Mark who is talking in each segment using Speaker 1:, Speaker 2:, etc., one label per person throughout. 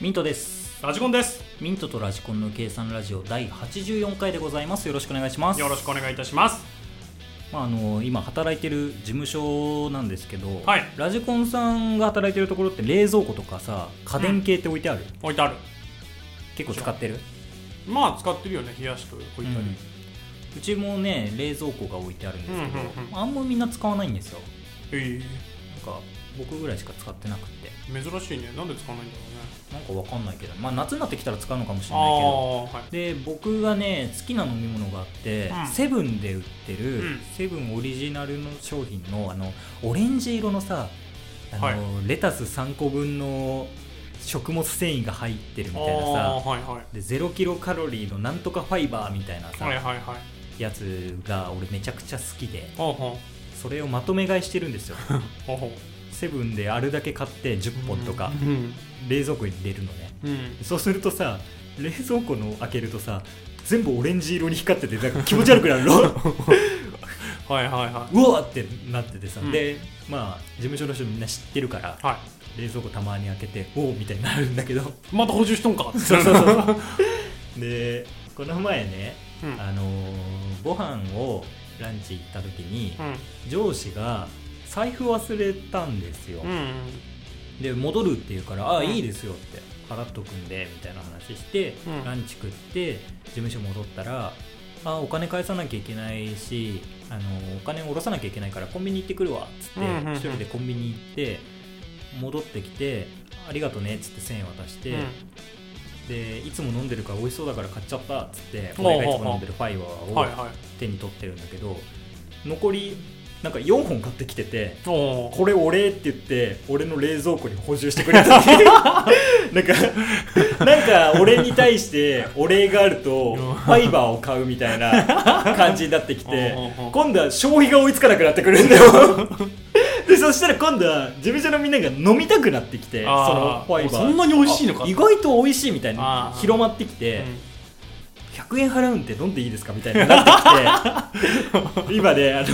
Speaker 1: ミントです
Speaker 2: ラジコンです
Speaker 1: ミントとラジコンの計算ラジオ第84回でございますよろしくお願いします
Speaker 2: よろしくお願いいたします
Speaker 1: まあ、あの今働いてる事務所なんですけど、
Speaker 2: はい
Speaker 1: ラジコンさんが働いてるところって冷蔵庫とかさ家電系って置いてある、
Speaker 2: 置いてある
Speaker 1: 結構使ってる
Speaker 2: まあ使ってるよね冷やしと置いてある、
Speaker 1: うちもね冷蔵庫が置いてあるんですけど、
Speaker 2: うんうんうん
Speaker 1: あんまみんな使わないんですよ
Speaker 2: え
Speaker 1: なんか僕ぐらいしか使ってなくて
Speaker 2: え珍しいねなんで使わないんだろうね
Speaker 1: なんかわかんないけど、まあ、夏になってきたら使うのかもしれ
Speaker 2: あ
Speaker 1: ないけど
Speaker 2: あはい
Speaker 1: で僕がね好きな飲み物があって、
Speaker 2: うん
Speaker 1: セブンで売ってる、
Speaker 2: うん
Speaker 1: セブンオリジナルの商品のあのオレンジ色のさあの、
Speaker 2: はい
Speaker 1: レタス3個分の食物繊維が入ってるみ
Speaker 2: あ
Speaker 1: たいな
Speaker 2: あ
Speaker 1: さ
Speaker 2: はいはい
Speaker 1: で0キロカロリーのなんとかファイバーみたいなさ、
Speaker 2: はいはいはい
Speaker 1: やつが俺めちゃくちゃ好きで
Speaker 2: ほうほ
Speaker 1: それをまとめ買いしてるんです よ
Speaker 2: うほうほう
Speaker 1: セブンであれだけ買って10本とか、
Speaker 2: うん
Speaker 1: 冷蔵庫に入れるのね
Speaker 2: うん
Speaker 1: そうするとさ冷蔵庫の開けるとさ全部オレンジ色に光っててなんか気持ち悪くなる の
Speaker 2: はいはいは
Speaker 1: うわーってなっててさ、
Speaker 2: うん
Speaker 1: でまあ事務所の人みんな知ってるから
Speaker 2: いは
Speaker 1: 冷蔵庫たまに開けておおみたいになるんだ けど
Speaker 2: いまた補充しとんか
Speaker 1: そうそうそう でこの前ね、
Speaker 2: うん
Speaker 1: あのーご飯をランチ行った時に
Speaker 2: うん
Speaker 1: 上司が財布忘れたんですよ、
Speaker 2: うん
Speaker 1: で戻るって言うから「ああ
Speaker 2: うん
Speaker 1: いいですよ」って払っとくんでみたいな話して、
Speaker 2: うん
Speaker 1: ランチ食って事務所戻ったら「あお金返さなきゃいけないしあのお金を下ろさなきゃいけないからコンビニ行ってくるわ」っつって、
Speaker 2: うんうんうん
Speaker 1: 一人でコンビニ行って戻ってきて「ありがとね」っつって1000円渡して、
Speaker 2: うん
Speaker 1: でいつも飲んでるから美味しそうだから買っちゃったっつって
Speaker 2: ほうほう
Speaker 1: 俺がいつも飲んでるファイバ
Speaker 2: はい
Speaker 1: ーを
Speaker 2: はい
Speaker 1: 手に取ってるんだけど残りなんか4本買ってきてて。
Speaker 2: おお
Speaker 1: これお礼って言って俺の冷蔵庫に補充してくれた っていうなんかなんか俺に対してお礼があるとファイバーを買うみたいな感じになってきて
Speaker 2: うんうんうん
Speaker 1: 今度は消費が追いつかなくなってくるんだよでそしたら今度は事務所のみんなが飲みたくなってきてその
Speaker 2: あー
Speaker 1: ファイバー
Speaker 2: そんなに美味しいのか
Speaker 1: あ意外と美味しいみたい
Speaker 2: あ
Speaker 1: に
Speaker 2: ー
Speaker 1: 広まってきて
Speaker 2: うん
Speaker 1: 100円払うんで飲んでいいですかみたいになってきて今ねあの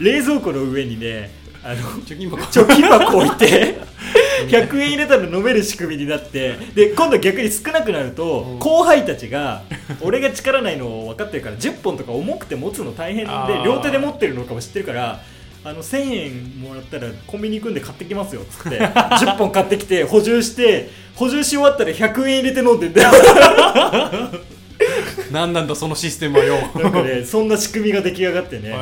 Speaker 1: 冷蔵庫の上にねあの
Speaker 2: 貯金箱
Speaker 1: 貯金箱置いて100円入れたら飲める仕組みになってで今度逆に少なくなると、
Speaker 2: うん
Speaker 1: 後輩たちが俺が力ないの分かってるから10本とか重くて持つの大変
Speaker 2: あ
Speaker 1: で
Speaker 2: ー
Speaker 1: 両手で持ってるのかも知ってるから。あの1000円もらったらコンビニ行くんで買ってきますよっつって10本買ってきて補充して補充し終わったら100円入れて飲んでんだ よ
Speaker 2: なんなんだそのシステ ムはよ
Speaker 1: なんかねそんな仕組みが出来上がってね、
Speaker 2: え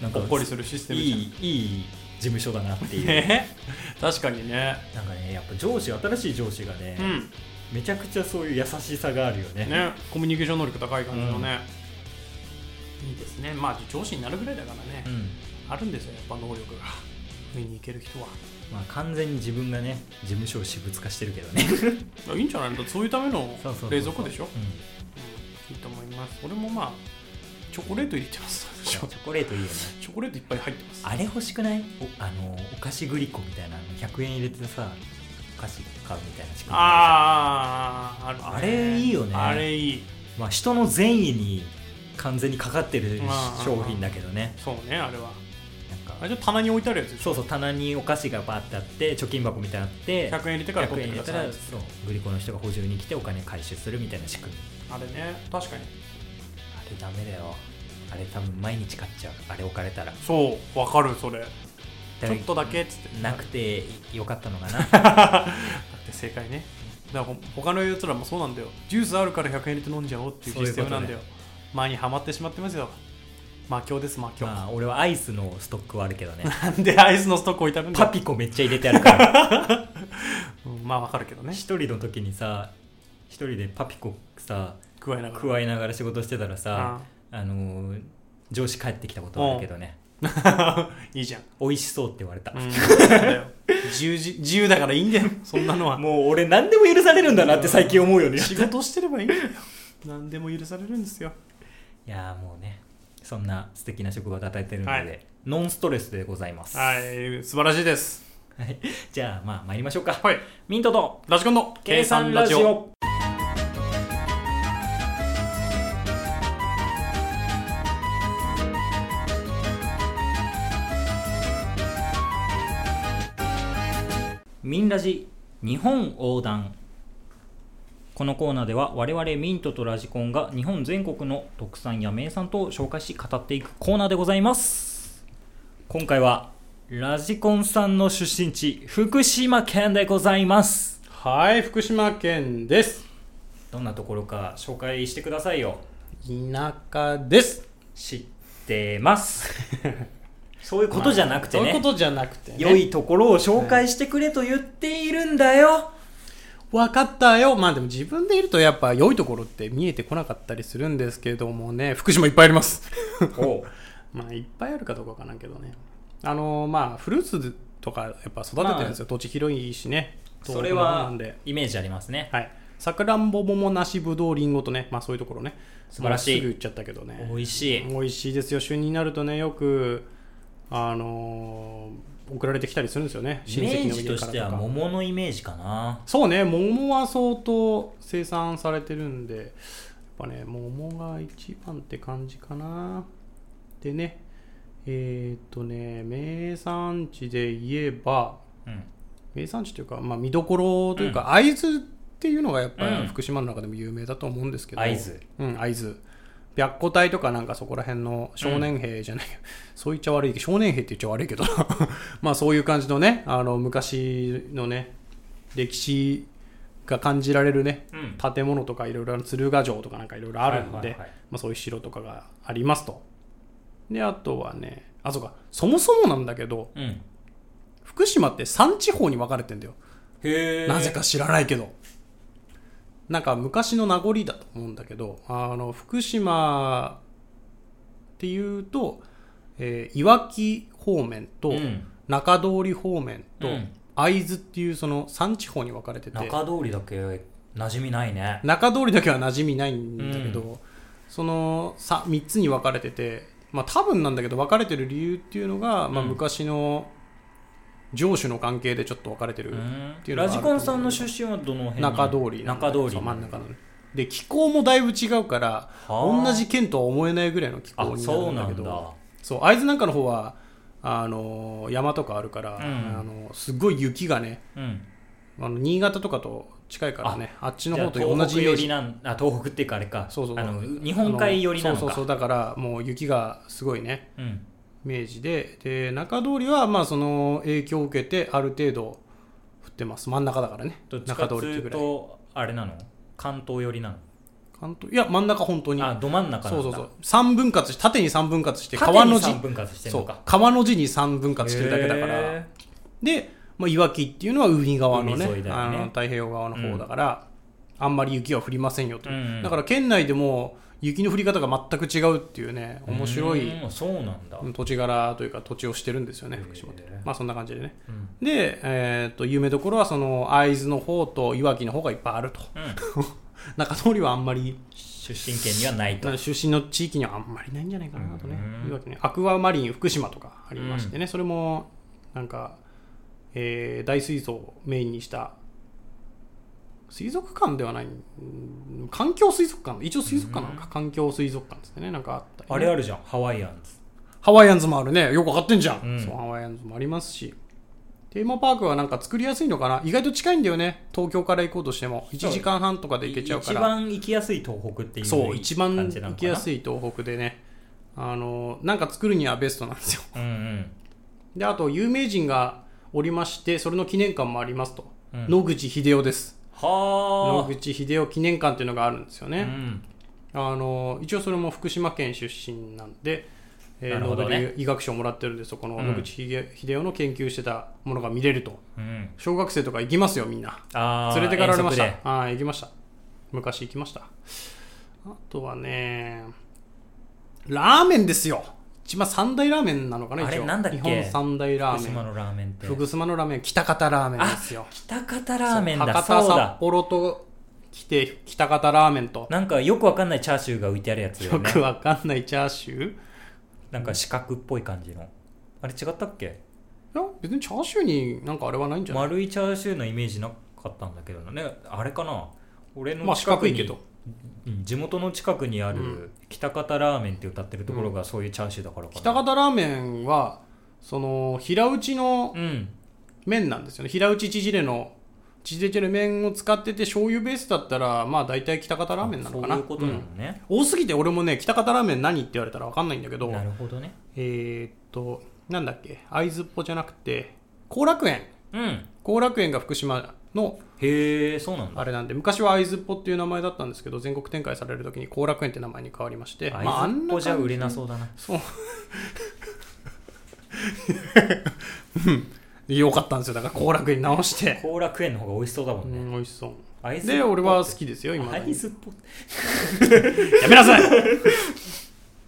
Speaker 1: なん
Speaker 2: ー
Speaker 1: か
Speaker 2: ほっこりするシステ
Speaker 1: い
Speaker 2: ムじゃん
Speaker 1: いいい事務所だなっていう、
Speaker 2: ね確かにね
Speaker 1: なんかねやっぱ上司新しい上司がね、
Speaker 2: うん
Speaker 1: めちゃくちゃそういう優しさがあるよね
Speaker 2: ねコミュニケーション能力高い感じのね、いいですねまあ上司になるぐらいだからね、
Speaker 1: うん
Speaker 2: あるんですよやっぱ能力が上に行ける人は
Speaker 1: まあ、完全に自分がね事務所を私物化してるけどね、
Speaker 2: いやいいんじゃないのそういうための
Speaker 1: そうそうそう
Speaker 2: 冷蔵庫でしょ
Speaker 1: うん
Speaker 2: うんいいと思います俺もまあチョコレート入れてます
Speaker 1: チ
Speaker 2: チ
Speaker 1: ョコレートいいよね
Speaker 2: ョコレートいっぱい入ってます
Speaker 1: あれ欲しくないおあのお菓子グリコみたいなあの100円入れてさお菓子買うみたいな仕組み
Speaker 2: ああある、ね、
Speaker 1: あれいいよね
Speaker 2: あれいい
Speaker 1: まあ、人の善意に完全にかかってる
Speaker 2: まあ
Speaker 1: 商品だけどね
Speaker 2: そうねあれは
Speaker 1: なん
Speaker 2: あ
Speaker 1: か
Speaker 2: れじゃ棚に置いてあるやつでし
Speaker 1: そ
Speaker 2: ょ
Speaker 1: うそう棚にお菓子がバーってあって貯金箱みたいなのあって
Speaker 2: 100円入れてから取
Speaker 1: 100
Speaker 2: っ
Speaker 1: 円
Speaker 2: て
Speaker 1: 入
Speaker 2: く
Speaker 1: れた
Speaker 2: ださい
Speaker 1: らそうグリコの人が補充に来てお金回収するみたいな仕組み
Speaker 2: あれね確かに
Speaker 1: あれダメだよあれ多分毎日買っちゃうあれ置かれたら
Speaker 2: そうわかるそれちょっとだけっつって
Speaker 1: なくてよかったのかな
Speaker 2: だって正解ねだからほ他のやつらもそうなんだよジュースあるから100円入れて飲んじゃおうっていう
Speaker 1: そう
Speaker 2: シ
Speaker 1: いう
Speaker 2: ス
Speaker 1: ことね
Speaker 2: テムなんだよ前にはまってしまってますよ魔境です魔境、
Speaker 1: まあ俺はアイスのストックはあるけ どね
Speaker 2: なんでアイスのストック置いてあるんだ
Speaker 1: パ
Speaker 2: よ、
Speaker 1: ピコめっちゃ入れてあるから
Speaker 2: うんまあわかるけどね
Speaker 1: 一人の時にさ一人でパピコさ
Speaker 2: 加えながら
Speaker 1: 加えながら仕事してたらさ、あのー上司帰ってきたことあるけどね
Speaker 2: うん いいじゃん、
Speaker 1: 美味しそうって言われた、
Speaker 2: うん、そうだよ自由じ自由だからいい んだよそんなのは
Speaker 1: もう俺何でも許されるんだなって最近思うよね
Speaker 2: 仕事してればいいんだよ何でも許されるんですよ
Speaker 1: いやーもうねそんな素敵な職場が与えてるので、
Speaker 2: はい
Speaker 1: ノンストレスでございます、
Speaker 2: はい素晴らしいです
Speaker 1: はいじゃあまあ参りましょうか、
Speaker 2: はい
Speaker 1: ミントと
Speaker 2: ラジコンの
Speaker 1: 計算ラジオミンラジ日本横断このコーナーでは我々ミントとラジコンが日本全国の特産や名産等を紹介し語っていくコーナーでございます今回はラジコンさんの出身地福島県でございます
Speaker 2: はい福島県です
Speaker 1: どんなところか紹介してくださいよ
Speaker 2: 田舎です
Speaker 1: 知ってますそういうことじゃなくて
Speaker 2: そういう
Speaker 1: ね
Speaker 2: ことじゃなくて、ね、
Speaker 1: 良いところを紹介してくれと言っているんだ よ
Speaker 2: 分かったよまあでも自分でいるとやっぱ良いところって見えてこなかったりするんですけどもね福島いっぱいあります
Speaker 1: おう
Speaker 2: まあいっぱいあるかどうかわからんけどねあのまあフルーツとかやっぱ育ててるんですよ、土地広いしね
Speaker 1: それ
Speaker 2: 東北の方な
Speaker 1: は
Speaker 2: んで
Speaker 1: イメージありますね
Speaker 2: はいさくらんぼ桃梨ぶどうりんごとねまあそういうところね
Speaker 1: 素晴らしい
Speaker 2: もうすぐ言っちゃったけどね
Speaker 1: 美味しい
Speaker 2: 美味しいですよ旬になるとねよくあのー送られてきたりするんですよね
Speaker 1: イ
Speaker 2: 親
Speaker 1: メ
Speaker 2: 戚
Speaker 1: ー
Speaker 2: の家
Speaker 1: ジ
Speaker 2: から
Speaker 1: と
Speaker 2: とか
Speaker 1: しては桃のイメージかな
Speaker 2: そうね桃は相当生産されてるんでやっぱね桃が一番って感じかなでねえーっとね名産地で言えば
Speaker 1: うん
Speaker 2: 名産地というか、まあ、見どころというか、会津っていうのがやっぱ
Speaker 1: うん
Speaker 2: り福島の中でも有名だと思うんですけど
Speaker 1: 会津
Speaker 2: うん会津白虎隊とかなんかそこら辺の少年兵じゃない、 そう言っちゃ悪いけど少年兵って言っちゃ悪いけどな まあそういう感じのねあの昔のね歴史が感じられるね
Speaker 1: うん
Speaker 2: 建物とかいろいろ鶴ヶ城とかなんかいろいろあるの
Speaker 1: はい
Speaker 2: で
Speaker 1: はいはい
Speaker 2: まあそういう城とかがありますとであとはねあそうかそもそもなんだけど
Speaker 1: うんへ
Speaker 2: 福島って3地方に分かれてんだよ
Speaker 1: え
Speaker 2: なぜか知らないけど。なんか昔の名残だと思うんだけど、あの、福島っていうと、えーいわき方面と、
Speaker 1: うん
Speaker 2: 中通り方面と、
Speaker 1: うん
Speaker 2: 会津っていうその3地方に分かれてて、
Speaker 1: 中通りだけ馴染みないね
Speaker 2: 中通りだけは馴染みないんだけど、
Speaker 1: う
Speaker 2: その 3, 三つに分かれてて、まあ、多分なんだけど分かれてる理由っていうのが、まあ、
Speaker 1: うん
Speaker 2: 昔の上司の関係でちょっと分かれてるっていうの
Speaker 1: ラ
Speaker 2: がある
Speaker 1: ジ
Speaker 2: と思
Speaker 1: コ
Speaker 2: うんだけど
Speaker 1: ンさんの出身はどの辺
Speaker 2: 中通りなんだ
Speaker 1: 中
Speaker 2: けど
Speaker 1: 通り
Speaker 2: そう真ん中なので気候もだいぶ違うから
Speaker 1: はあ
Speaker 2: 同じ県とは思えないぐらいの気候
Speaker 1: あ
Speaker 2: にな
Speaker 1: そ
Speaker 2: る
Speaker 1: うんな
Speaker 2: だけ
Speaker 1: ん
Speaker 2: ど
Speaker 1: だ
Speaker 2: そう会津なんかの方はあの山とかあるから、
Speaker 1: ん
Speaker 2: あのすごい雪がね
Speaker 1: うん
Speaker 2: あの新潟とかと近いからねあっちの
Speaker 1: じゃ
Speaker 2: 方
Speaker 1: あ
Speaker 2: と同
Speaker 1: 東
Speaker 2: じ
Speaker 1: 北
Speaker 2: イメ
Speaker 1: 寄
Speaker 2: ー
Speaker 1: り
Speaker 2: ジ
Speaker 1: なんあ東北っていうかあれか
Speaker 2: そうそう
Speaker 1: あの日本海寄りなのか
Speaker 2: そうそうそうだからもう雪がすごいね
Speaker 1: うん
Speaker 2: 明治でで中通りはまあその影響を受けてある程度降ってます真ん中だからね
Speaker 1: どっちか
Speaker 2: 中
Speaker 1: って
Speaker 2: 通
Speaker 1: い
Speaker 2: りって
Speaker 1: う
Speaker 2: ぐらい
Speaker 1: とあれなの関東寄りな
Speaker 2: 関東いや真ん中本当に
Speaker 1: のあど真ん中なんだ
Speaker 2: そうそうそう3分割し縦に3分割して
Speaker 1: 川
Speaker 2: 川
Speaker 1: の
Speaker 2: の
Speaker 1: 字
Speaker 2: 字
Speaker 1: 分割してる
Speaker 2: そ
Speaker 1: の
Speaker 2: う
Speaker 1: か
Speaker 2: 川の字に3分割してるだけだから
Speaker 1: へ
Speaker 2: で、まあ、いわきっていうのは海側のね
Speaker 1: 海沿いだよ
Speaker 2: あ
Speaker 1: ね
Speaker 2: の太平洋側の方だから、あんまり雪は降りませんよと、
Speaker 1: うんうん
Speaker 2: だから県内でも雪の降り方が全く違うっていうね
Speaker 1: ー
Speaker 2: 面白い
Speaker 1: うんそうなんだ
Speaker 2: 土地柄というか土地をしてるんですよね
Speaker 1: へー
Speaker 2: 福島ってまあそんな感じでね
Speaker 1: うん
Speaker 2: で、えー、と有名どころはその会津の方といわきの方がいっぱいあると
Speaker 1: うん
Speaker 2: 中通りはあんまり
Speaker 1: 出身県にはないと
Speaker 2: なので出身の地域にはあんまりないんじゃないかなとね、
Speaker 1: うん
Speaker 2: いうわけねアクアマリン福島とかありましてね、それもなんか、えー大水槽をメインにした水族館ではないうん環境水族館一応水族館なのか、環境水族館ですねなんかあったりね
Speaker 1: あれあるじゃんハワイアンズ
Speaker 2: ハワイアンズもあるねよくわかってんじゃん、
Speaker 1: うん
Speaker 2: そうハワイアンズもありますしテーマパークはなんか作りやすいのかな意外と近いんだよね東京から行こうとしても1時間半とかで行けちゃうから
Speaker 1: 一番行きやすい東北っていう
Speaker 2: そう一番
Speaker 1: 感じな
Speaker 2: 行
Speaker 1: の
Speaker 2: きやす
Speaker 1: い
Speaker 2: い東北でねあのなんか作るにはベストなんですよ
Speaker 1: うんうん
Speaker 2: であと有名人がおりましてそれの記念館もありますと、
Speaker 1: うん
Speaker 2: 野口英世です野
Speaker 1: はあ
Speaker 2: 口英世記念館っていうのがあるんですよ
Speaker 1: う
Speaker 2: ね、
Speaker 1: ん
Speaker 2: あの一応それも福島県出身なんで、え
Speaker 1: な
Speaker 2: ー
Speaker 1: る
Speaker 2: ノ
Speaker 1: ほど
Speaker 2: ー
Speaker 1: ね
Speaker 2: ベル医学賞もらってるんでそこの野口英世の研究してたものが見れると、
Speaker 1: うん
Speaker 2: 小学生とか行きますよみんな
Speaker 1: あー
Speaker 2: 連れてかられまし
Speaker 1: 遠足で
Speaker 2: たはい行きました昔行きましたあとはねラーメンですよ一番三大ラーメンなのかな
Speaker 1: あれ
Speaker 2: 一応
Speaker 1: なんだっけ
Speaker 2: 日本三大ラー
Speaker 1: 福
Speaker 2: メ
Speaker 1: 島
Speaker 2: ン
Speaker 1: のラーメンって
Speaker 2: 福島のラーメン北方ラーメンですよ
Speaker 1: 北方ラーメン
Speaker 2: そう
Speaker 1: だ
Speaker 2: 博
Speaker 1: そ
Speaker 2: 多
Speaker 1: う
Speaker 2: 札
Speaker 1: だ
Speaker 2: 幌と来て北方ラーメンと
Speaker 1: なんかよくわかんないチャーシューが浮いてあるやつだよ
Speaker 2: よ
Speaker 1: ね
Speaker 2: くわかんないチャーシューい
Speaker 1: なんか四角っぽい感じのあれ違ったっけ
Speaker 2: や別にチャーシューになんかあれはないんじゃない
Speaker 1: 丸いチャーシューのイメージなかったんだけどねあれかな俺
Speaker 2: ま
Speaker 1: の
Speaker 2: あ四角いけど
Speaker 1: うん地元の近くにあ
Speaker 2: う
Speaker 1: る北方ラーメンって歌ってるところがそういうチャーシューだからかな
Speaker 2: 北方ラーメンはその平打ちの
Speaker 1: うん
Speaker 2: 麺なんですよね平打ち縮れのちちちの麺を使ってて醤油ベースだったらまあ大体北方ラーメンなのかな
Speaker 1: そういうことなのね、
Speaker 2: うん多すぎて俺もね北方ラーメン何って言われたら分かんないんだけど
Speaker 1: なるほどね
Speaker 2: えーっとなんだっけ会津っぽじゃなくて後楽園
Speaker 1: うん
Speaker 2: 後楽園が福島の
Speaker 1: へえそうなんだ
Speaker 2: あれなんで昔は会津っぽっていう名前だったんですけど全国展開される時に後楽園って名前に変わりましてまあ
Speaker 1: あいつっぽじゃ売れなそうだな
Speaker 2: そううんよかったんですよだから後楽園に直して、
Speaker 1: 後楽園の方が美味しそうだも
Speaker 2: うん
Speaker 1: ね
Speaker 2: ん、美味しそう
Speaker 1: 会津っぽ
Speaker 2: で俺は好きですよ今
Speaker 1: 会津っぽ
Speaker 2: やめなさい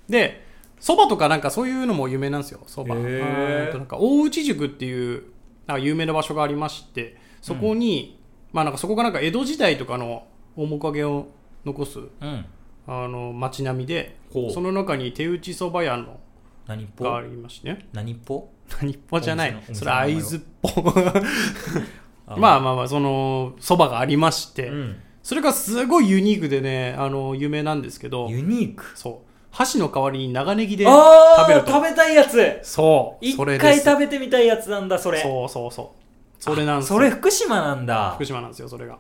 Speaker 2: でそばとかなんかそういうのも有名なんですよそば
Speaker 1: へー
Speaker 2: えーとなんか大内宿っていうなんか有名な場所がありましてそこに、まあなんかそこがなんか江戸時代とかの面影を残す
Speaker 1: うん
Speaker 2: あの街並みで
Speaker 1: ほう
Speaker 2: その中に手打ちそば屋の
Speaker 1: 何っぽ
Speaker 2: がありましてね
Speaker 1: 何っぽ
Speaker 2: 何っぽじゃな
Speaker 1: お
Speaker 2: い
Speaker 1: 店の
Speaker 2: それ会津っぽ
Speaker 1: あ
Speaker 2: まあまあまあそのそばがありまして、
Speaker 1: うん
Speaker 2: それがすごいユニークでねあの有名なんですけど
Speaker 1: ユニーク
Speaker 2: そう。箸の代わりに長ネギで
Speaker 1: あ
Speaker 2: 食べ
Speaker 1: あ
Speaker 2: る
Speaker 1: 食
Speaker 2: と。
Speaker 1: べたいやつ
Speaker 2: そう。
Speaker 1: 一
Speaker 2: それで
Speaker 1: 回
Speaker 2: す
Speaker 1: 食べてみたいやつなんだそれ
Speaker 2: そうそうそう。それなんですよ
Speaker 1: それ福島なんだ
Speaker 2: 福島なんですよ、それが。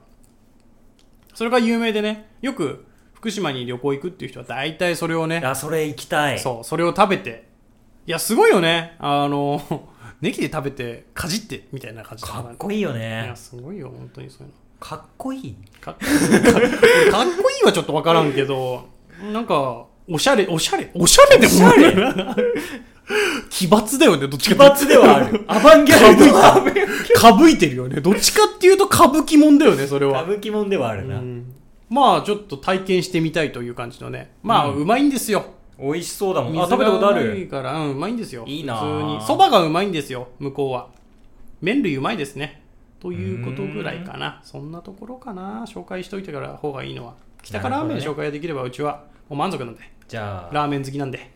Speaker 2: それが有名でね、よく福島に旅行行くっていう人は大体それをね、
Speaker 1: あそれ行きたい
Speaker 2: そう、それを食べて。いや、すごいよね。あの、 ネギで食べて、かじって、みたいな感じ
Speaker 1: かっこいいよ
Speaker 2: い
Speaker 1: ね
Speaker 2: や、すごいよ、本当にそういうの。
Speaker 1: かっこいい
Speaker 2: かかかっこいい はちょっとわからんけど、なんか、おしゃれ、おしゃれ、おしゃれでもない 奇抜だよね、どっち
Speaker 1: 奇
Speaker 2: かって
Speaker 1: 抜ではあ るアバンギャルド
Speaker 2: かぶいてる。かぶいてるよね。どっちかっていうと歌舞伎もんだよね、それ
Speaker 1: 歌
Speaker 2: は。
Speaker 1: 舞伎もんではある
Speaker 2: う
Speaker 1: な、
Speaker 2: んまあ、ちょっと体験してみたいという感じのね。まあ、うまいんですよ。
Speaker 1: 美味しそうだもんあ
Speaker 2: 水
Speaker 1: 食べたことあ
Speaker 2: がうま
Speaker 1: る
Speaker 2: いから、うん、うまいんですよ。
Speaker 1: いいな
Speaker 2: 普通に。蕎麦がうまいんですよ、向こうは。麺類うまいですね。ということぐらいかな。そんなところかな。紹介しといてから方がいいのは。北からラーメン
Speaker 1: なるほど
Speaker 2: 紹介できれば、うちはもう満足なんで。
Speaker 1: じゃあ
Speaker 2: ラーメン好きなんで。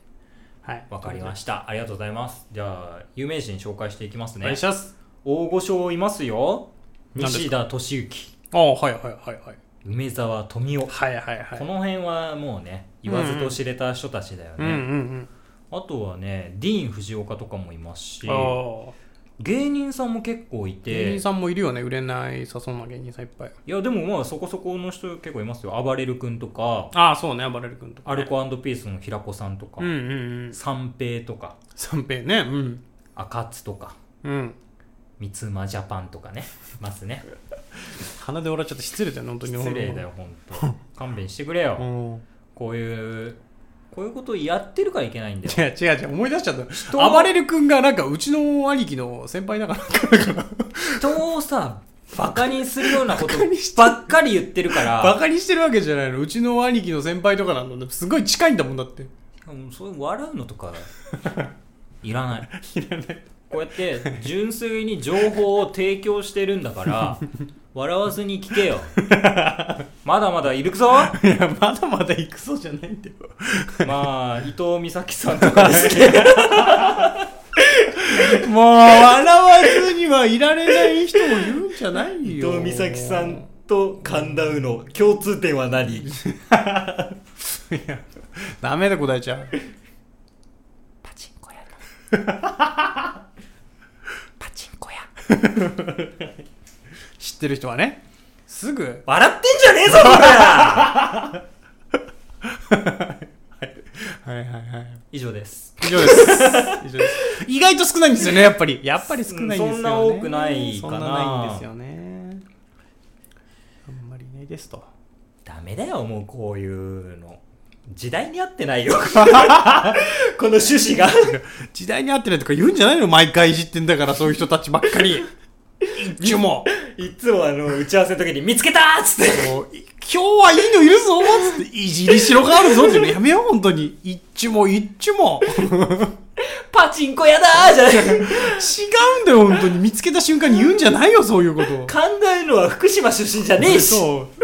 Speaker 2: はい。
Speaker 1: わかりま
Speaker 2: し
Speaker 1: したありがとうございますじゃあ有名人紹介していきます
Speaker 2: お願
Speaker 1: ね
Speaker 2: いします。
Speaker 1: 大御所いますよ
Speaker 2: 何です
Speaker 1: 西田敏行
Speaker 2: ああ、はいはいはいはい。
Speaker 1: 梅沢富美男、
Speaker 2: はいはいはい
Speaker 1: こ。の辺はもうね言わずと知れた人たちだよね、
Speaker 2: うんうん
Speaker 1: あとはねディーン・フジオカとかもいますし
Speaker 2: うん。ああ。
Speaker 1: 芸人さんも結構い
Speaker 2: 芸
Speaker 1: て
Speaker 2: 人さんもいるよね売れないさそうな芸人さんいっぱい
Speaker 1: いやでもまあそこそこの人結構いますよ暴れる君とか
Speaker 2: ああそうね暴れる君とか、
Speaker 1: ア
Speaker 2: ね、
Speaker 1: ルコピースの平子さんとか、
Speaker 2: うんうんうん
Speaker 1: 三平とか
Speaker 2: 三平ねうん
Speaker 1: 赤津とか
Speaker 2: うん
Speaker 1: 三つ間ジャパンとかねいます ね
Speaker 2: 鼻で笑っちゃって失礼だよね本当に
Speaker 1: 失礼だよ本 当勘弁してくれよ、
Speaker 2: うん
Speaker 1: こういうこういうことやってるからいけないんだよ
Speaker 2: 違う違う違う思い 出しちゃっ
Speaker 1: を
Speaker 2: た暴れる君がなんかうちの兄貴の先輩だから
Speaker 1: 人をさバカにするようなこと
Speaker 2: バカにして
Speaker 1: ばっかり言ってるか
Speaker 2: バ
Speaker 1: ら
Speaker 2: カにしてるわけじゃないのうちの兄貴の先輩とかなのねすごい近いんだもんだって
Speaker 1: うんそういう笑うの とかいらないこうやって純粋に情報を提供してるんだから 笑わずに聞けよまだまだいるぞ
Speaker 2: いやまだまだ行くそうじゃないんだよ
Speaker 1: まあ伊藤美咲さんとかですけど
Speaker 2: もう笑わずにはいられない人もいるんじゃない
Speaker 3: 伊
Speaker 2: よ
Speaker 3: 藤美咲さんと神田うの共通点は何
Speaker 2: ダメだ答えちゃう
Speaker 1: パチンコ屋 パチンコ屋
Speaker 2: 知ってる人はねすぐ
Speaker 1: 笑ってんじゃねえぞこら
Speaker 2: はいはいはい
Speaker 1: 以上です
Speaker 2: 以上です以上です意外と少ないんですよねやっぱりやっぱり少ないんですよね
Speaker 1: そんな多くないかな
Speaker 2: そんなないんですよねあんまりいないですと
Speaker 1: ダメだよもうこういうの時代に合ってないよ この趣旨が
Speaker 2: 時代に合ってないとか言うんじゃないの毎回いじってんだからそういう人たちばっかり一応も
Speaker 3: いつもあの打ち合わせの時に見つけたーっつって
Speaker 2: もうい今日はいいのいるぞつっていじりしろがあるぞっていうのやめよう本当に一応も一応も違
Speaker 1: パチンコ屋だーじゃない
Speaker 2: うんだよ本当に見つけた瞬間に言うんじゃないよそういうこと
Speaker 3: 神田うのは福島出身じゃねえし
Speaker 2: そう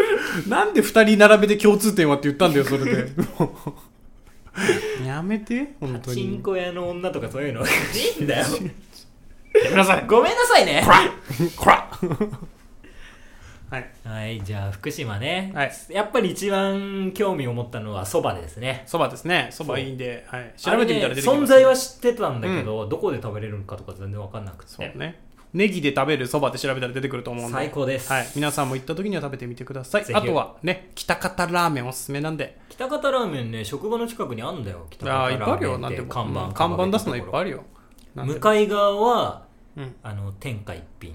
Speaker 2: なんで2人並べて共通点はって言ったんだよそれで やめて本当
Speaker 1: パチン
Speaker 2: に
Speaker 1: コ屋の女とかそういうのいいんだよ
Speaker 2: やめなさ い
Speaker 1: ごめんなさいね
Speaker 2: こらはい
Speaker 1: はいじゃあ福島ね、
Speaker 2: はい
Speaker 1: やっぱり一番興味を持ったのはそばですね
Speaker 2: そばですねそばいいんで、はい、調べてみたら出てき
Speaker 1: あ
Speaker 2: ま
Speaker 1: れね
Speaker 2: す
Speaker 1: 存在は知ってたんだけど、どこで食べれるのかとか全然分かんなくて
Speaker 2: そうねネギで食べるそばって調べたら出てくると思うんで
Speaker 1: 最高です、
Speaker 2: はい、皆さんも行った時には食べてみてください
Speaker 1: ぜひ
Speaker 2: あとはね北方ラーメンおすすめなんで
Speaker 1: 北方ラーメンね職場の近くにあんだよ北
Speaker 2: あ
Speaker 1: 方
Speaker 2: あいっぱいあ
Speaker 1: ラー
Speaker 2: る
Speaker 1: メ
Speaker 2: よ
Speaker 1: ン
Speaker 2: な
Speaker 1: っ
Speaker 2: ん
Speaker 1: て
Speaker 2: でも
Speaker 1: 看板
Speaker 2: うん看板出すのいっぱいあ
Speaker 1: る
Speaker 2: るよなんで
Speaker 1: 向
Speaker 2: も
Speaker 1: かい側は
Speaker 2: うん
Speaker 1: あの天下一品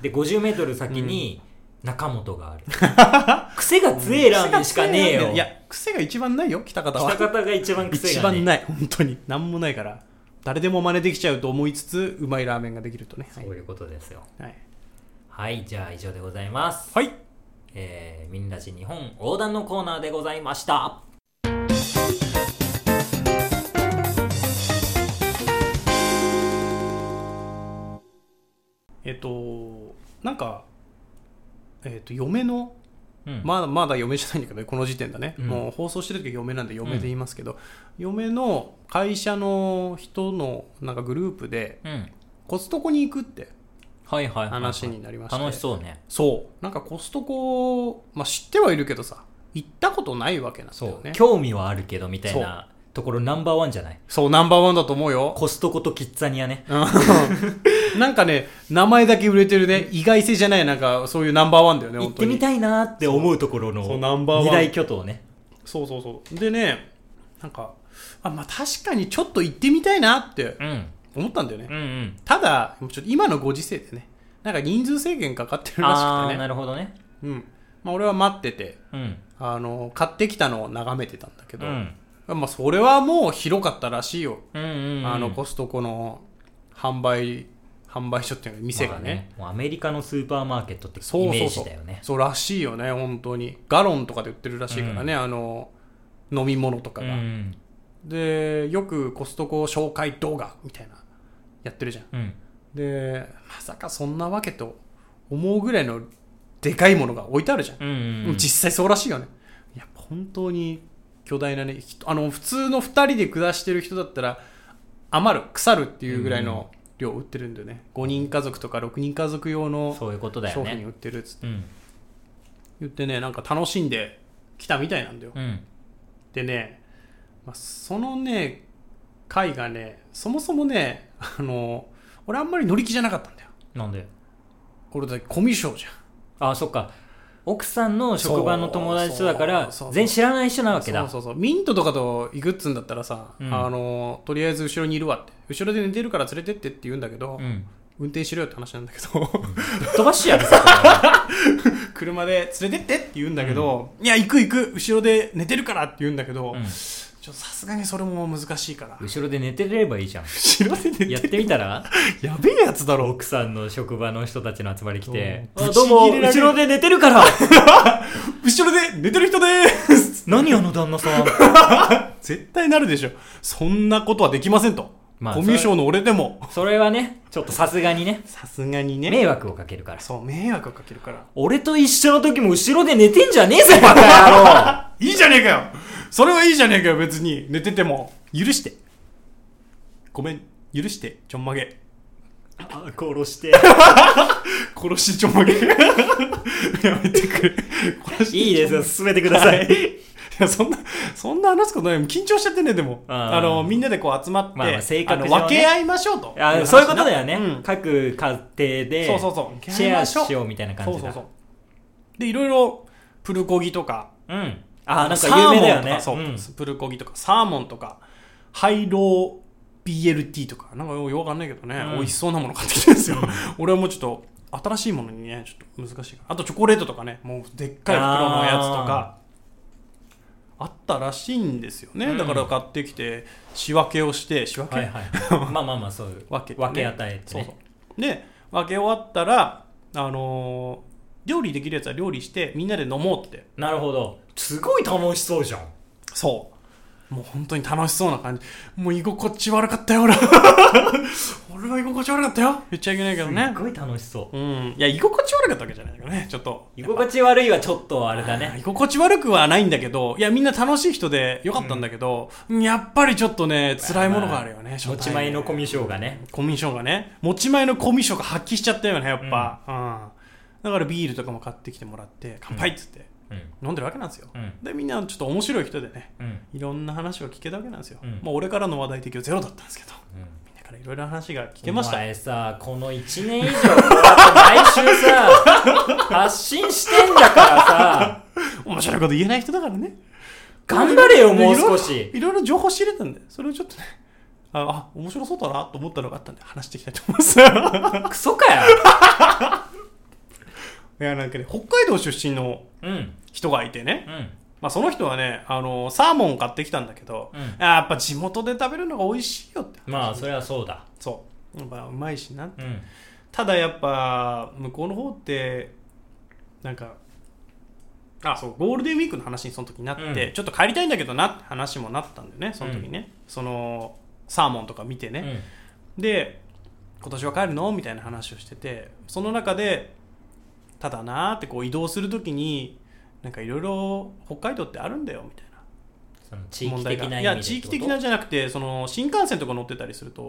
Speaker 1: で5 0ル先に 中本がある癖が強えラーメンしかねえよ
Speaker 2: いや癖が一番ないよ北方は
Speaker 1: 北方が一番癖
Speaker 2: 一
Speaker 1: がね
Speaker 2: 番ない本当に何もないから誰でも真似できちゃうと思いつつうまいラーメンができるとね
Speaker 1: そういうことですよ
Speaker 2: はい、
Speaker 1: はいじゃあ以上でございます
Speaker 2: はい、
Speaker 1: えー、みんなし日本横断のコーナーでございました
Speaker 2: えっ、となんかえっ、と嫁の
Speaker 1: うん
Speaker 2: まだまだ嫁じゃないんだけどねこの時点だね、
Speaker 1: うん
Speaker 2: もう放送してる時は嫁なんで嫁で言いますけど、嫁の会社の人のなんかグループで
Speaker 1: うん
Speaker 2: コストコに行くって
Speaker 1: はいはいはいはい
Speaker 2: 話になりまして、
Speaker 1: 楽しそうね
Speaker 2: そうなんかコストコ、まあ、知ってはいるけどさ行ったことないわけなんだ
Speaker 1: そう
Speaker 2: よね
Speaker 1: 興味はあるけどみたいなところナンバーワンじゃない
Speaker 2: そうナンバーワンだと思うよ
Speaker 1: コストコとキッザニアね
Speaker 2: うんなんかね、名前だけ売れてるね、意外性じゃない、なんかそういうナンバーワンだよね、
Speaker 1: 行っ
Speaker 2: 本当
Speaker 1: てみ
Speaker 2: に。
Speaker 1: たいなーって思うところの
Speaker 2: そうナンバーワン
Speaker 1: 二大巨頭ね
Speaker 2: そうそうそう。でね、なんか、あまあ確かにちょっと行ってみたいなって
Speaker 1: うん
Speaker 2: 思ったんだよね。
Speaker 1: うんうん
Speaker 2: ただ、ちょっと今のご時世でね、なんか人数制限かかってるら
Speaker 1: あ
Speaker 2: しく
Speaker 1: あ
Speaker 2: て
Speaker 1: な
Speaker 2: ね。
Speaker 1: るほどね
Speaker 2: うん。まあ俺は待ってて、
Speaker 1: うん
Speaker 2: あの、買ってきたのを眺めてたんだけ
Speaker 1: う
Speaker 2: ど、
Speaker 1: ん
Speaker 2: まあそれはもう広かったらしいよ。
Speaker 1: うんうんうん
Speaker 2: あの、コストコの販売、販売所っていうか店が
Speaker 1: まあ
Speaker 2: ね
Speaker 1: もうアメリカのスーパーマーケットって
Speaker 2: そう
Speaker 1: イ
Speaker 2: そうそう
Speaker 1: メージだよね
Speaker 2: そうらしいよね本当にガロンとかで売ってるらしいからね、あの飲み物とか
Speaker 1: う
Speaker 2: が、
Speaker 1: ん
Speaker 2: でよくコストコ紹介動画みたいなやってるじゃん
Speaker 1: うん
Speaker 2: でまさかそんなわけと思うぐらいのでかいものが置いてあるじゃん、
Speaker 1: うんうんうん
Speaker 2: 実際そうらしいよねやっぱ本当に巨大なねひあの普通の2人で暮らしてる人だったら余る腐るっていうぐらいの量売ってるんだよね、5人家族とか6人家族用の
Speaker 1: そういうことだよ
Speaker 2: 商品
Speaker 1: ね
Speaker 2: 売ってるっつって
Speaker 1: うん
Speaker 2: 言ってねなんか楽しんで来たみたいなんだよ、
Speaker 1: うん
Speaker 2: でね、まあ、そのね回がねそもそもねあの俺あんまり乗り気じゃなかったんだよ
Speaker 1: なんで
Speaker 2: 俺だってコミュ障じゃん
Speaker 1: あそっか奥さんの職場の友達とだから
Speaker 2: そうそうそう
Speaker 1: 全員知らない人なわけだ
Speaker 2: そうそうそうミントとかと行くっつんだったらさ、
Speaker 1: うん
Speaker 2: あのとりあえず後ろにいるわって後ろで寝てるから連れてってって言うんだけど、
Speaker 1: うん
Speaker 2: 運転しろよって話なんだけど
Speaker 1: ぶっ飛ばしやるそこは
Speaker 2: 車で連れてってって言うんだけど、いや行く行く後ろで寝てるからって言うんだけど、
Speaker 1: うん
Speaker 2: ちょっとさすがにそれも難しいから
Speaker 1: 後ろで寝てればいいじゃん
Speaker 2: 後ろで 寝て
Speaker 1: やってみたら
Speaker 2: やべえやつだろ
Speaker 1: 奥さんの職場の人たちの集まり来て「
Speaker 2: うん
Speaker 1: あどうも
Speaker 2: ぶち切れられる
Speaker 1: 後ろで寝てるから
Speaker 2: 後ろで寝てる人でーす
Speaker 1: 何あの旦那さん」
Speaker 2: 絶対なるでしょそんなことはできませんと、
Speaker 1: まあ
Speaker 2: コミュ障の俺でも
Speaker 1: それはねちょっとさすがにね
Speaker 2: さすがに
Speaker 1: 迷惑をかけるから
Speaker 2: そう迷惑をかけるから
Speaker 1: 俺と一緒の時も後ろで寝てんじゃねえぞバカ
Speaker 2: いいじゃねえかよそれはいいじゃねえかよ別に寝てても許してごめん許してちょんまげ
Speaker 1: 野郎殺して
Speaker 2: 殺してちょんまげ やめてくれ殺して
Speaker 1: いいですよ進めてください
Speaker 2: いやそんな、そんな話すことない。緊張しちゃってね、でも。
Speaker 1: あ
Speaker 2: あ
Speaker 1: ー
Speaker 2: の、みんなでこう集まって、
Speaker 1: まあまあ性格
Speaker 2: あの
Speaker 1: 上ね
Speaker 2: 分け合いましょうと。
Speaker 1: あ
Speaker 2: 話
Speaker 1: そういうことだよ
Speaker 2: う
Speaker 1: ね
Speaker 2: ん
Speaker 1: 各家庭で
Speaker 2: そうそうそう
Speaker 1: シェアしようみたいな感
Speaker 2: そう
Speaker 1: じ
Speaker 2: そう
Speaker 1: だ
Speaker 2: そう。で、いろいろ、プルコギとか、
Speaker 1: うんあなんか有名だよね
Speaker 2: サーモ
Speaker 1: ん
Speaker 2: ンとかそう、プルコギとか、サーモンとか、ハイロー BLT とか、なんかよくわかんないけどね、
Speaker 1: うん
Speaker 2: 美味しそうなもの買ってきたんですよ。俺はもうちょっと、新しいものにね、ちょっと難しいから。あとチョコレートとかね、もうでっかい袋のやつとか、あったらしいんですよね。
Speaker 1: うん
Speaker 2: だから買ってきて、仕分けをして、仕分け、
Speaker 1: はいはいまあまあまあそういう
Speaker 2: 分けてね
Speaker 1: 分け与えて
Speaker 2: そう
Speaker 1: ね
Speaker 2: そうで分け終わったら、あのー料理できるやつは料理してみんなで飲もうって
Speaker 1: なるほどすごい楽しそうじゃん
Speaker 2: そうもう本当に楽しそうな感じもう居心地悪かった よ俺俺は居心地悪かったよ言っちゃいけないけどね
Speaker 1: すごい楽しそう
Speaker 2: うんいや居心地悪かったわけじゃないけどねちょっと
Speaker 1: 居心地悪いはちょっとあれだ
Speaker 2: あ
Speaker 1: ね
Speaker 2: 居心地悪くはないんだけどいやみんな楽しい人でよかったんだけど、うんやっぱりちょっとね辛いものがあるよね初
Speaker 1: 持
Speaker 2: 対
Speaker 1: ち
Speaker 2: 面
Speaker 1: 前のコミュ障がね
Speaker 2: コミュ障がね持ち前のコミュ障が発揮しちゃったよねやっぱ、うんだからビールとかも買ってきてもらって乾杯っつって
Speaker 1: うん
Speaker 2: 飲んでるわけなんですよ、
Speaker 1: うん
Speaker 2: でみんなちょっと面白い人でね
Speaker 1: うん
Speaker 2: いろんな話を聞けたわけなんですよ、
Speaker 1: うん
Speaker 2: もう俺からの話題提供ゼロだったんですけど
Speaker 1: うん
Speaker 2: みんなだからいろいろ話が聞けました
Speaker 1: お。前さこの1年以上こうやって毎週 さ発信してんだからさ
Speaker 2: 面白いこと言えない人だからね。
Speaker 1: 頑張れよもう少
Speaker 2: いろい
Speaker 1: し
Speaker 2: ろいろいろ情報仕入れたんで、それをちょっとね、あ、あ面白そうだなと思ったのがあったんで、話していきたいと思います。 い
Speaker 1: クソ かよ
Speaker 2: や、なんかね、北海道出身の
Speaker 1: うん
Speaker 2: 人がいてね
Speaker 1: う、ん
Speaker 2: まあ、その人はね、あのサーモン買ってきたんだけど、
Speaker 1: うん
Speaker 2: あやっぱ地元で食べるのが美味しいよって。
Speaker 1: まあそれはそうだ
Speaker 2: そう。やっぱうまいしな。
Speaker 1: うん
Speaker 2: ただやっぱ、向こうの方って、なんか、あ、そう、ゴールデンウィークの話にその時になって、
Speaker 1: うん
Speaker 2: ちょっと帰りたいんだけどなって話もなったんだよね、その時ね。その、サーモンとか見てね。
Speaker 1: うん
Speaker 2: で今年は帰るのみたいな話をしててその中でただなーってこう移動するときになんかいろいろ北海道ってあるんだよみたいな
Speaker 1: その地
Speaker 2: 問
Speaker 1: 域
Speaker 2: 題
Speaker 1: 的
Speaker 2: が
Speaker 1: な意味
Speaker 2: い
Speaker 1: で
Speaker 2: や地域的なじゃなくてその新幹線とか乗ってたりすると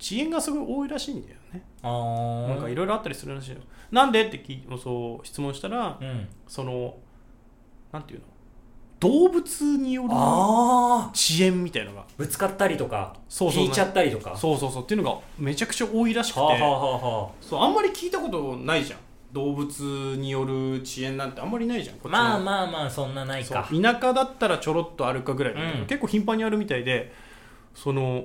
Speaker 2: 遅延がすごい多いらしいんだよね
Speaker 1: あー
Speaker 2: なんかいろいろあったりするらしいよなんでって聞いそう質問したら
Speaker 1: うん
Speaker 2: そのなんていうの動物による遅
Speaker 1: ああ
Speaker 2: 延みたいのが
Speaker 1: ぶつかったりとか
Speaker 2: そうそう
Speaker 1: 引いちゃったりとか
Speaker 2: そうそうそうっていうのがめちゃくちゃ多いらしくて
Speaker 1: はあ、はあはあは
Speaker 2: そうあんまり聞いたことないじゃん動物による遅延なんてあんまりないじゃんこっち
Speaker 1: あ、まあ
Speaker 2: の
Speaker 1: まあまあそんなない
Speaker 2: そう
Speaker 1: か
Speaker 2: 田舎だったらちょろっとあるかぐらいだけど、
Speaker 1: うん
Speaker 2: 結構頻繁にあるみたいでその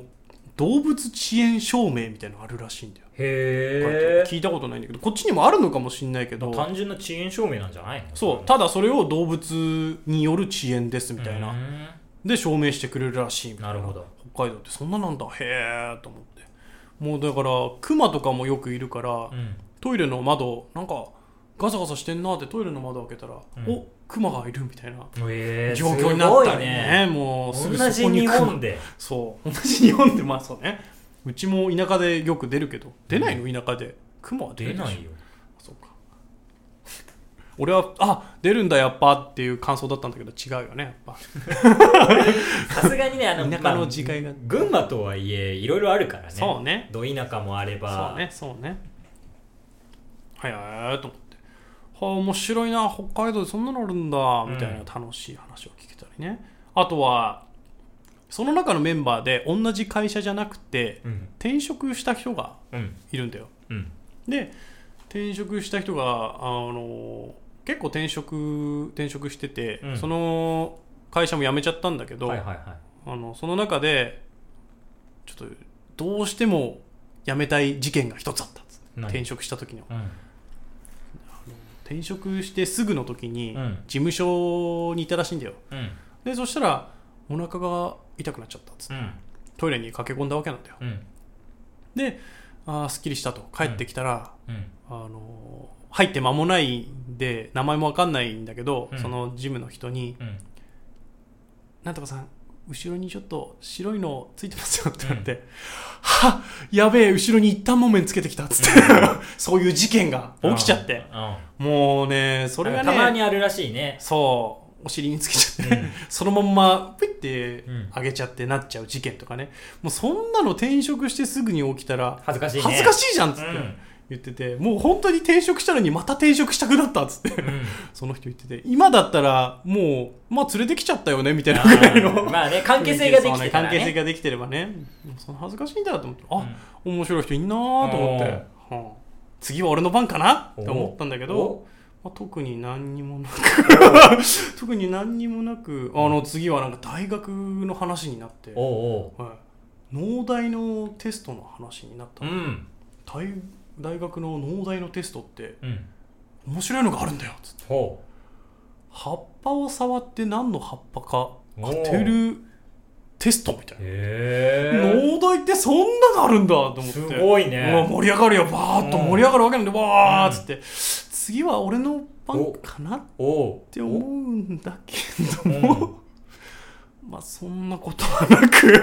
Speaker 2: 動物遅延証明みたいなのあるらしいんだよ、
Speaker 1: へえ
Speaker 2: 聞いたことないんだけどこっちにもあるのかもしれないけど
Speaker 1: 単純な遅延証明なんじゃないの
Speaker 2: そうただそれを動物による遅延ですみたいな、
Speaker 1: うん
Speaker 2: で証明してくれるらしいみたい
Speaker 1: なるほど
Speaker 2: 北海道ってそんななんだへえと思ってもうだからクマとかもよくいるから、
Speaker 1: うん
Speaker 2: トイレの窓なんかガサガサしてんなってトイレの窓開けたら、
Speaker 1: うん
Speaker 2: おクマがいるみたいな
Speaker 1: えー
Speaker 2: 状況になった
Speaker 1: すごい
Speaker 2: り
Speaker 1: ね
Speaker 2: ねもうすぐ
Speaker 1: 同
Speaker 2: そ
Speaker 1: じ
Speaker 2: こに
Speaker 1: 日
Speaker 2: クマ
Speaker 1: 本で
Speaker 2: そう同じ日本でまあそうねうちも田舎でよく出るけど出ないの田舎でクマは出
Speaker 1: 出
Speaker 2: るでしょ
Speaker 1: ないよ
Speaker 2: そうか 俺はあ出るんだやっぱっていう感想だったんだけど違うよねやっぱ
Speaker 1: さすがにねあの
Speaker 2: 田舎の自戒が
Speaker 1: まあ群馬とはいえいろいろあるからね
Speaker 2: そうね
Speaker 1: ど田舎もあれば
Speaker 2: そうねそうねはいはいと思ってはあ面白いな北海道でそんなのあるんだみたいな
Speaker 1: うん
Speaker 2: 楽しい話を聞けたりね、あとはその中のメンバーで同じ会社じゃなくて
Speaker 1: うん
Speaker 2: 転職した人が
Speaker 1: うん
Speaker 2: いるんだよ
Speaker 1: うん
Speaker 2: で転職した人があの結構転職転職してて、
Speaker 1: うん
Speaker 2: その会社も辞めちゃったんだけど、
Speaker 1: はいはいは
Speaker 2: あのその中でちょっとどうしても辞めたい事件が一つあったっつって
Speaker 1: 何
Speaker 2: 転職した時の
Speaker 1: いうん
Speaker 2: 転職してすぐの時に
Speaker 1: うん
Speaker 2: 事務所にいたらしいんだよ
Speaker 1: うん
Speaker 2: でそしたらお腹が痛くなっちゃったっつって
Speaker 1: うん
Speaker 2: トイレに駆け込んだわけなんだよ
Speaker 1: うん
Speaker 2: であーすっきりしたと帰ってきたら、
Speaker 1: うん
Speaker 2: あのー入って間もないんで名前も分かんないんだけど、
Speaker 1: うん
Speaker 2: そのジムの人に
Speaker 1: うん
Speaker 2: 「なんとかさん後ろにちょっと白いのついてますよ」ってなって「はっやべえ後ろに一旦もめんつけてきた」っつって、 そういう事件が起きちゃって、
Speaker 1: うん
Speaker 2: もうねそれがね
Speaker 1: たまにあるらしいね
Speaker 2: そうお尻につけちゃって、
Speaker 1: うん
Speaker 2: そのまんまピッて
Speaker 1: うん
Speaker 2: 上げちゃってなっちゃう事件とかねもうそんなの転職してすぐに起きたら
Speaker 1: 恥ずかしいね
Speaker 2: 恥ずかしいじゃんっつって
Speaker 1: うん
Speaker 2: 言ってて、もう本当に転職したのにまた転職したくなったっつっ
Speaker 1: う
Speaker 2: て、
Speaker 1: ん
Speaker 2: その人言ってて今だったらもうまあ連れてきちゃったよねみたいな
Speaker 1: あ
Speaker 2: ぐらいの
Speaker 1: ーまあね関係性ができてたら
Speaker 2: そうね関係性
Speaker 1: ね
Speaker 2: ができてればねその恥ずかしいんだと思ってあ、面白い人いんなと思って、はあ次は俺の番かなって思ったんだけど
Speaker 1: お
Speaker 2: まあ、特に何にもなく 特に何にもなくあの次はなんか大学の話になって、
Speaker 1: おお
Speaker 2: はい、農大のテストの話になった
Speaker 1: う
Speaker 2: の、
Speaker 1: ん
Speaker 2: 大大学の農大のテストって
Speaker 1: うん
Speaker 2: 面白いのがあるんだよつって
Speaker 1: ほ
Speaker 2: 葉っぱを触って何の葉っぱか
Speaker 1: う
Speaker 2: 当てるテストみたいな
Speaker 1: へ
Speaker 2: 農大ってそんなのあるんだと
Speaker 1: え
Speaker 2: 思って
Speaker 1: すごいう
Speaker 2: わ
Speaker 1: ね
Speaker 2: 盛り上がるよバーッと
Speaker 1: うん
Speaker 2: 盛り上がるわけなんでわーっつって、次は俺の番かなっ
Speaker 1: おお
Speaker 2: って思うんだけ
Speaker 1: う
Speaker 2: ど
Speaker 1: ん
Speaker 2: も、まあそんなことはなく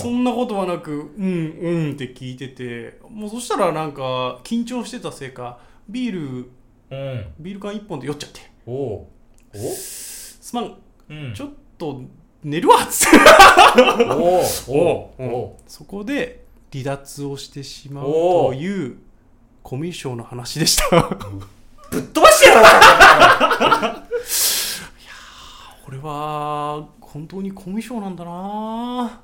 Speaker 2: そんなことはなくうんうんって聞いててもうそしたらなんか緊張してたせいかビール
Speaker 1: うん
Speaker 2: ビール缶1本で酔っちゃって
Speaker 1: おおお
Speaker 2: すまん
Speaker 1: うん
Speaker 2: ちょっと寝るわっつって
Speaker 1: おおお
Speaker 2: うん
Speaker 1: お
Speaker 2: そこで離脱をしてしまう
Speaker 1: お
Speaker 2: というコミュ障の話でした
Speaker 1: ぶっ飛ばしてやろう
Speaker 2: 俺は本当にコミュ障なんだな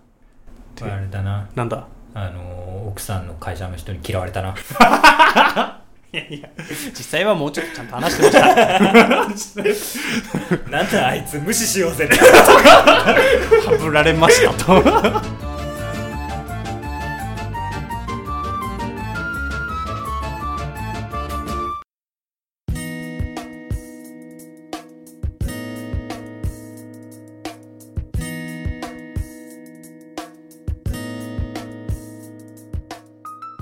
Speaker 2: ー
Speaker 1: あれだな
Speaker 2: なんだ
Speaker 1: あの奥さんの会社の人に嫌われたな
Speaker 2: いやいや、実際はもうちょっとちゃんと話してました。
Speaker 3: なんだあいつ無視しようぜ
Speaker 2: はぶられましたと。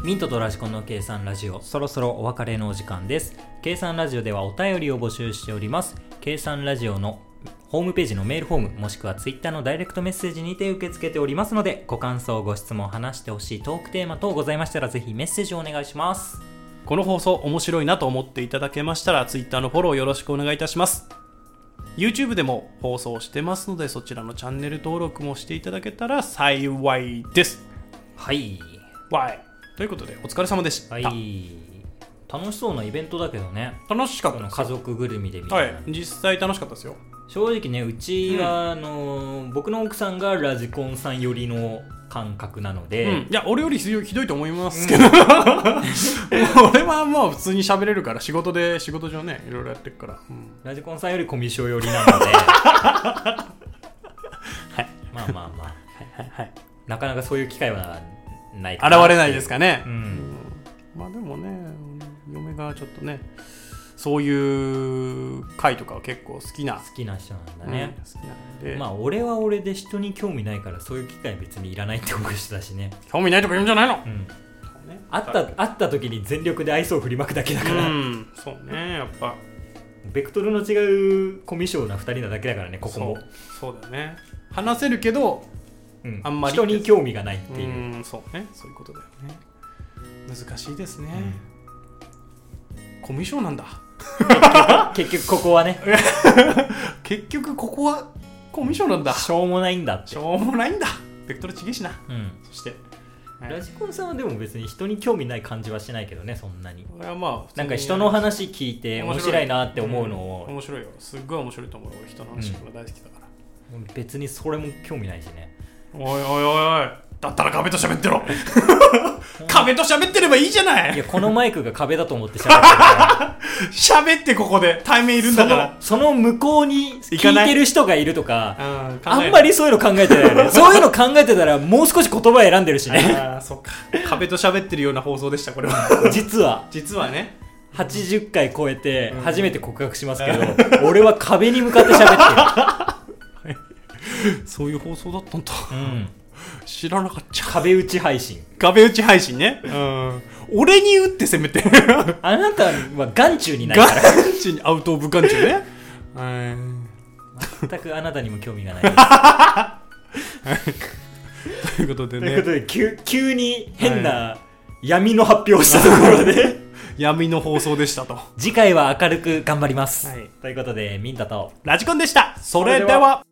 Speaker 1: ミントとラジコンの計算ラジオそろそろお別れのお時間です計算ラジオではお便りを募集しております計算ラジオのホームページのメールフォームもしくはツイッターのダイレクトメッセージにて受け付けておりますのでご感想ご質問話してほしいトークテーマ等ございましたらぜひメッセージをお願いします
Speaker 2: この放送面白いなと思っていただけましたら Twitter のフォローよろしくお願いいたします YouTube でも放送してますのでそちらのチャンネル登録もしていただけたら幸いです
Speaker 1: はい
Speaker 2: わいということでお疲れ様でした、
Speaker 1: はい楽しそうなイベントだけどね
Speaker 2: 楽しかっ
Speaker 1: こ
Speaker 2: た
Speaker 1: の
Speaker 2: です
Speaker 1: 家族ぐるみでみ
Speaker 2: は、
Speaker 1: たいない
Speaker 2: 実際楽しかったですよ
Speaker 1: 正直ねうちは、あの僕の奥さんがラジコンさん寄りの感覚なので、
Speaker 2: うん、いや俺よりひどいひどいと思いますけど、 俺はまあ普通に喋れるから仕事で仕事上ねいろいろやってるから、うん
Speaker 1: ラジコンさんよりコミュ障寄りな ので、まあまあまあ
Speaker 2: はいはい、
Speaker 1: なかなかそういう機会はないか
Speaker 2: 現れないいですかね、
Speaker 1: うん
Speaker 2: まあでもね嫁がちょっとねそういう回とかは結構好きな
Speaker 1: 好きな人なんだね
Speaker 2: うん、好きなんで、
Speaker 1: まあ俺は俺で人に興味ないからそういう機会別にいらないって思う人だしね、
Speaker 2: 興味ないとか言うんじゃないの
Speaker 1: うん、会った会った時に全力で愛想を振りまくだけだか
Speaker 2: う
Speaker 1: ら、
Speaker 2: んそうねやっぱ
Speaker 1: ベクトルの違うコミュ障な2人なだけだからねここも
Speaker 2: そうそうだよね話せるけど
Speaker 1: うん
Speaker 2: あんまり
Speaker 1: 人に興味がないっ
Speaker 2: う
Speaker 1: ていう、
Speaker 2: んそうねそういうことだよね難しいですね、コミュ障なんだ
Speaker 1: 結局ここはね
Speaker 2: 結局ここはコミュ障なんだ
Speaker 1: しょうもないんだって
Speaker 2: し、ょうもないんだベクトルちげえしな
Speaker 1: うん、
Speaker 2: そしてはい
Speaker 1: ラジコンさんはでも別に人に興味ない感じはしないけどねそんなに
Speaker 2: これはまあ普通
Speaker 1: な
Speaker 2: に
Speaker 1: んか人の話聞いて面白いなって思うの
Speaker 2: ん
Speaker 1: を
Speaker 2: 面白いよすっごい面白いと思う俺人の話聞くの大好きだから、
Speaker 1: 別にそれも興味ないしね
Speaker 2: おいおいおいおいだったら壁と喋って ろ壁と喋ってればいいじゃないい
Speaker 1: やこのマイクが壁だと思って喋ってる か
Speaker 2: 喋ってここで対面いるんだからら
Speaker 1: そのその向こうに
Speaker 2: 行か
Speaker 1: 聞
Speaker 2: ないい
Speaker 1: てる人がいるとか
Speaker 2: うん考え
Speaker 1: あ
Speaker 2: る
Speaker 1: んまりそういうの考えてないよ ねそういうの考えてたらもう少し言葉選んでるしね
Speaker 2: あーそっか壁と喋ってるような放送でしたこれは
Speaker 1: 実は
Speaker 2: 実はね
Speaker 1: 80回超えて初めて告白しますけど、俺は壁に向かって 喋って
Speaker 2: そういう放送だったんだ、
Speaker 1: る、うん、
Speaker 2: 知らなかった
Speaker 1: 壁打ち配信
Speaker 2: 壁打ち配信ねうん俺に打ってせ めて
Speaker 1: あなたは眼中にない
Speaker 2: ガ
Speaker 1: から
Speaker 2: ンチにアウト・オブ・ガンチね はい
Speaker 1: 全くあなたにも興味がないです
Speaker 2: ということで
Speaker 3: というこ
Speaker 2: ね
Speaker 3: とで急急に変な闇の発表をしたところで、
Speaker 2: 闇の放送でしたと
Speaker 1: 次回は明るく頑張ります、
Speaker 2: はい
Speaker 1: ということでミンタと
Speaker 2: ラジコンでしたそれでは